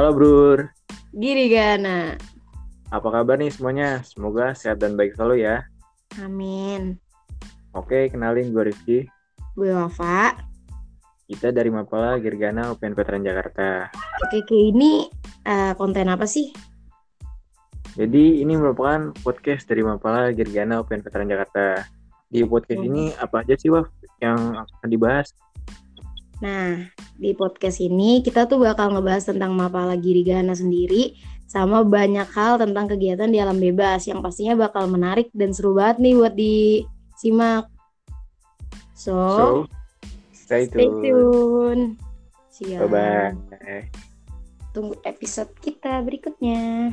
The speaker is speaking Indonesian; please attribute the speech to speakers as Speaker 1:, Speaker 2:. Speaker 1: Halo Brur,
Speaker 2: Giri Gana.
Speaker 1: apa kabar nih semuanya? Semoga sehat dan baik selalu ya.
Speaker 2: Amin.
Speaker 1: Oke, kenalin gue Rifki.
Speaker 2: Gue Wafa.
Speaker 1: Kita dari Mapala Girgana UPN Veteran Jakarta.
Speaker 2: Oke, oke, ini eh, konten apa sih?
Speaker 1: Jadi ini merupakan podcast dari Mapala Girgana UPN Veteran Jakarta. Di podcast
Speaker 2: Hmm.
Speaker 1: ini apa aja sih Waf yang akan dibahas?
Speaker 2: Nah, di podcast ini kita tuh bakal ngebahas tentang Mapala Giri Gana sendiri sama banyak hal tentang kegiatan di alam bebas yang pastinya bakal menarik dan seru banget nih buat disimak. So,
Speaker 1: So, stay
Speaker 2: Oh. stay
Speaker 1: tune.
Speaker 2: tune. ya. Siap.
Speaker 1: Bye-bye.
Speaker 2: Tunggu episode kita berikutnya.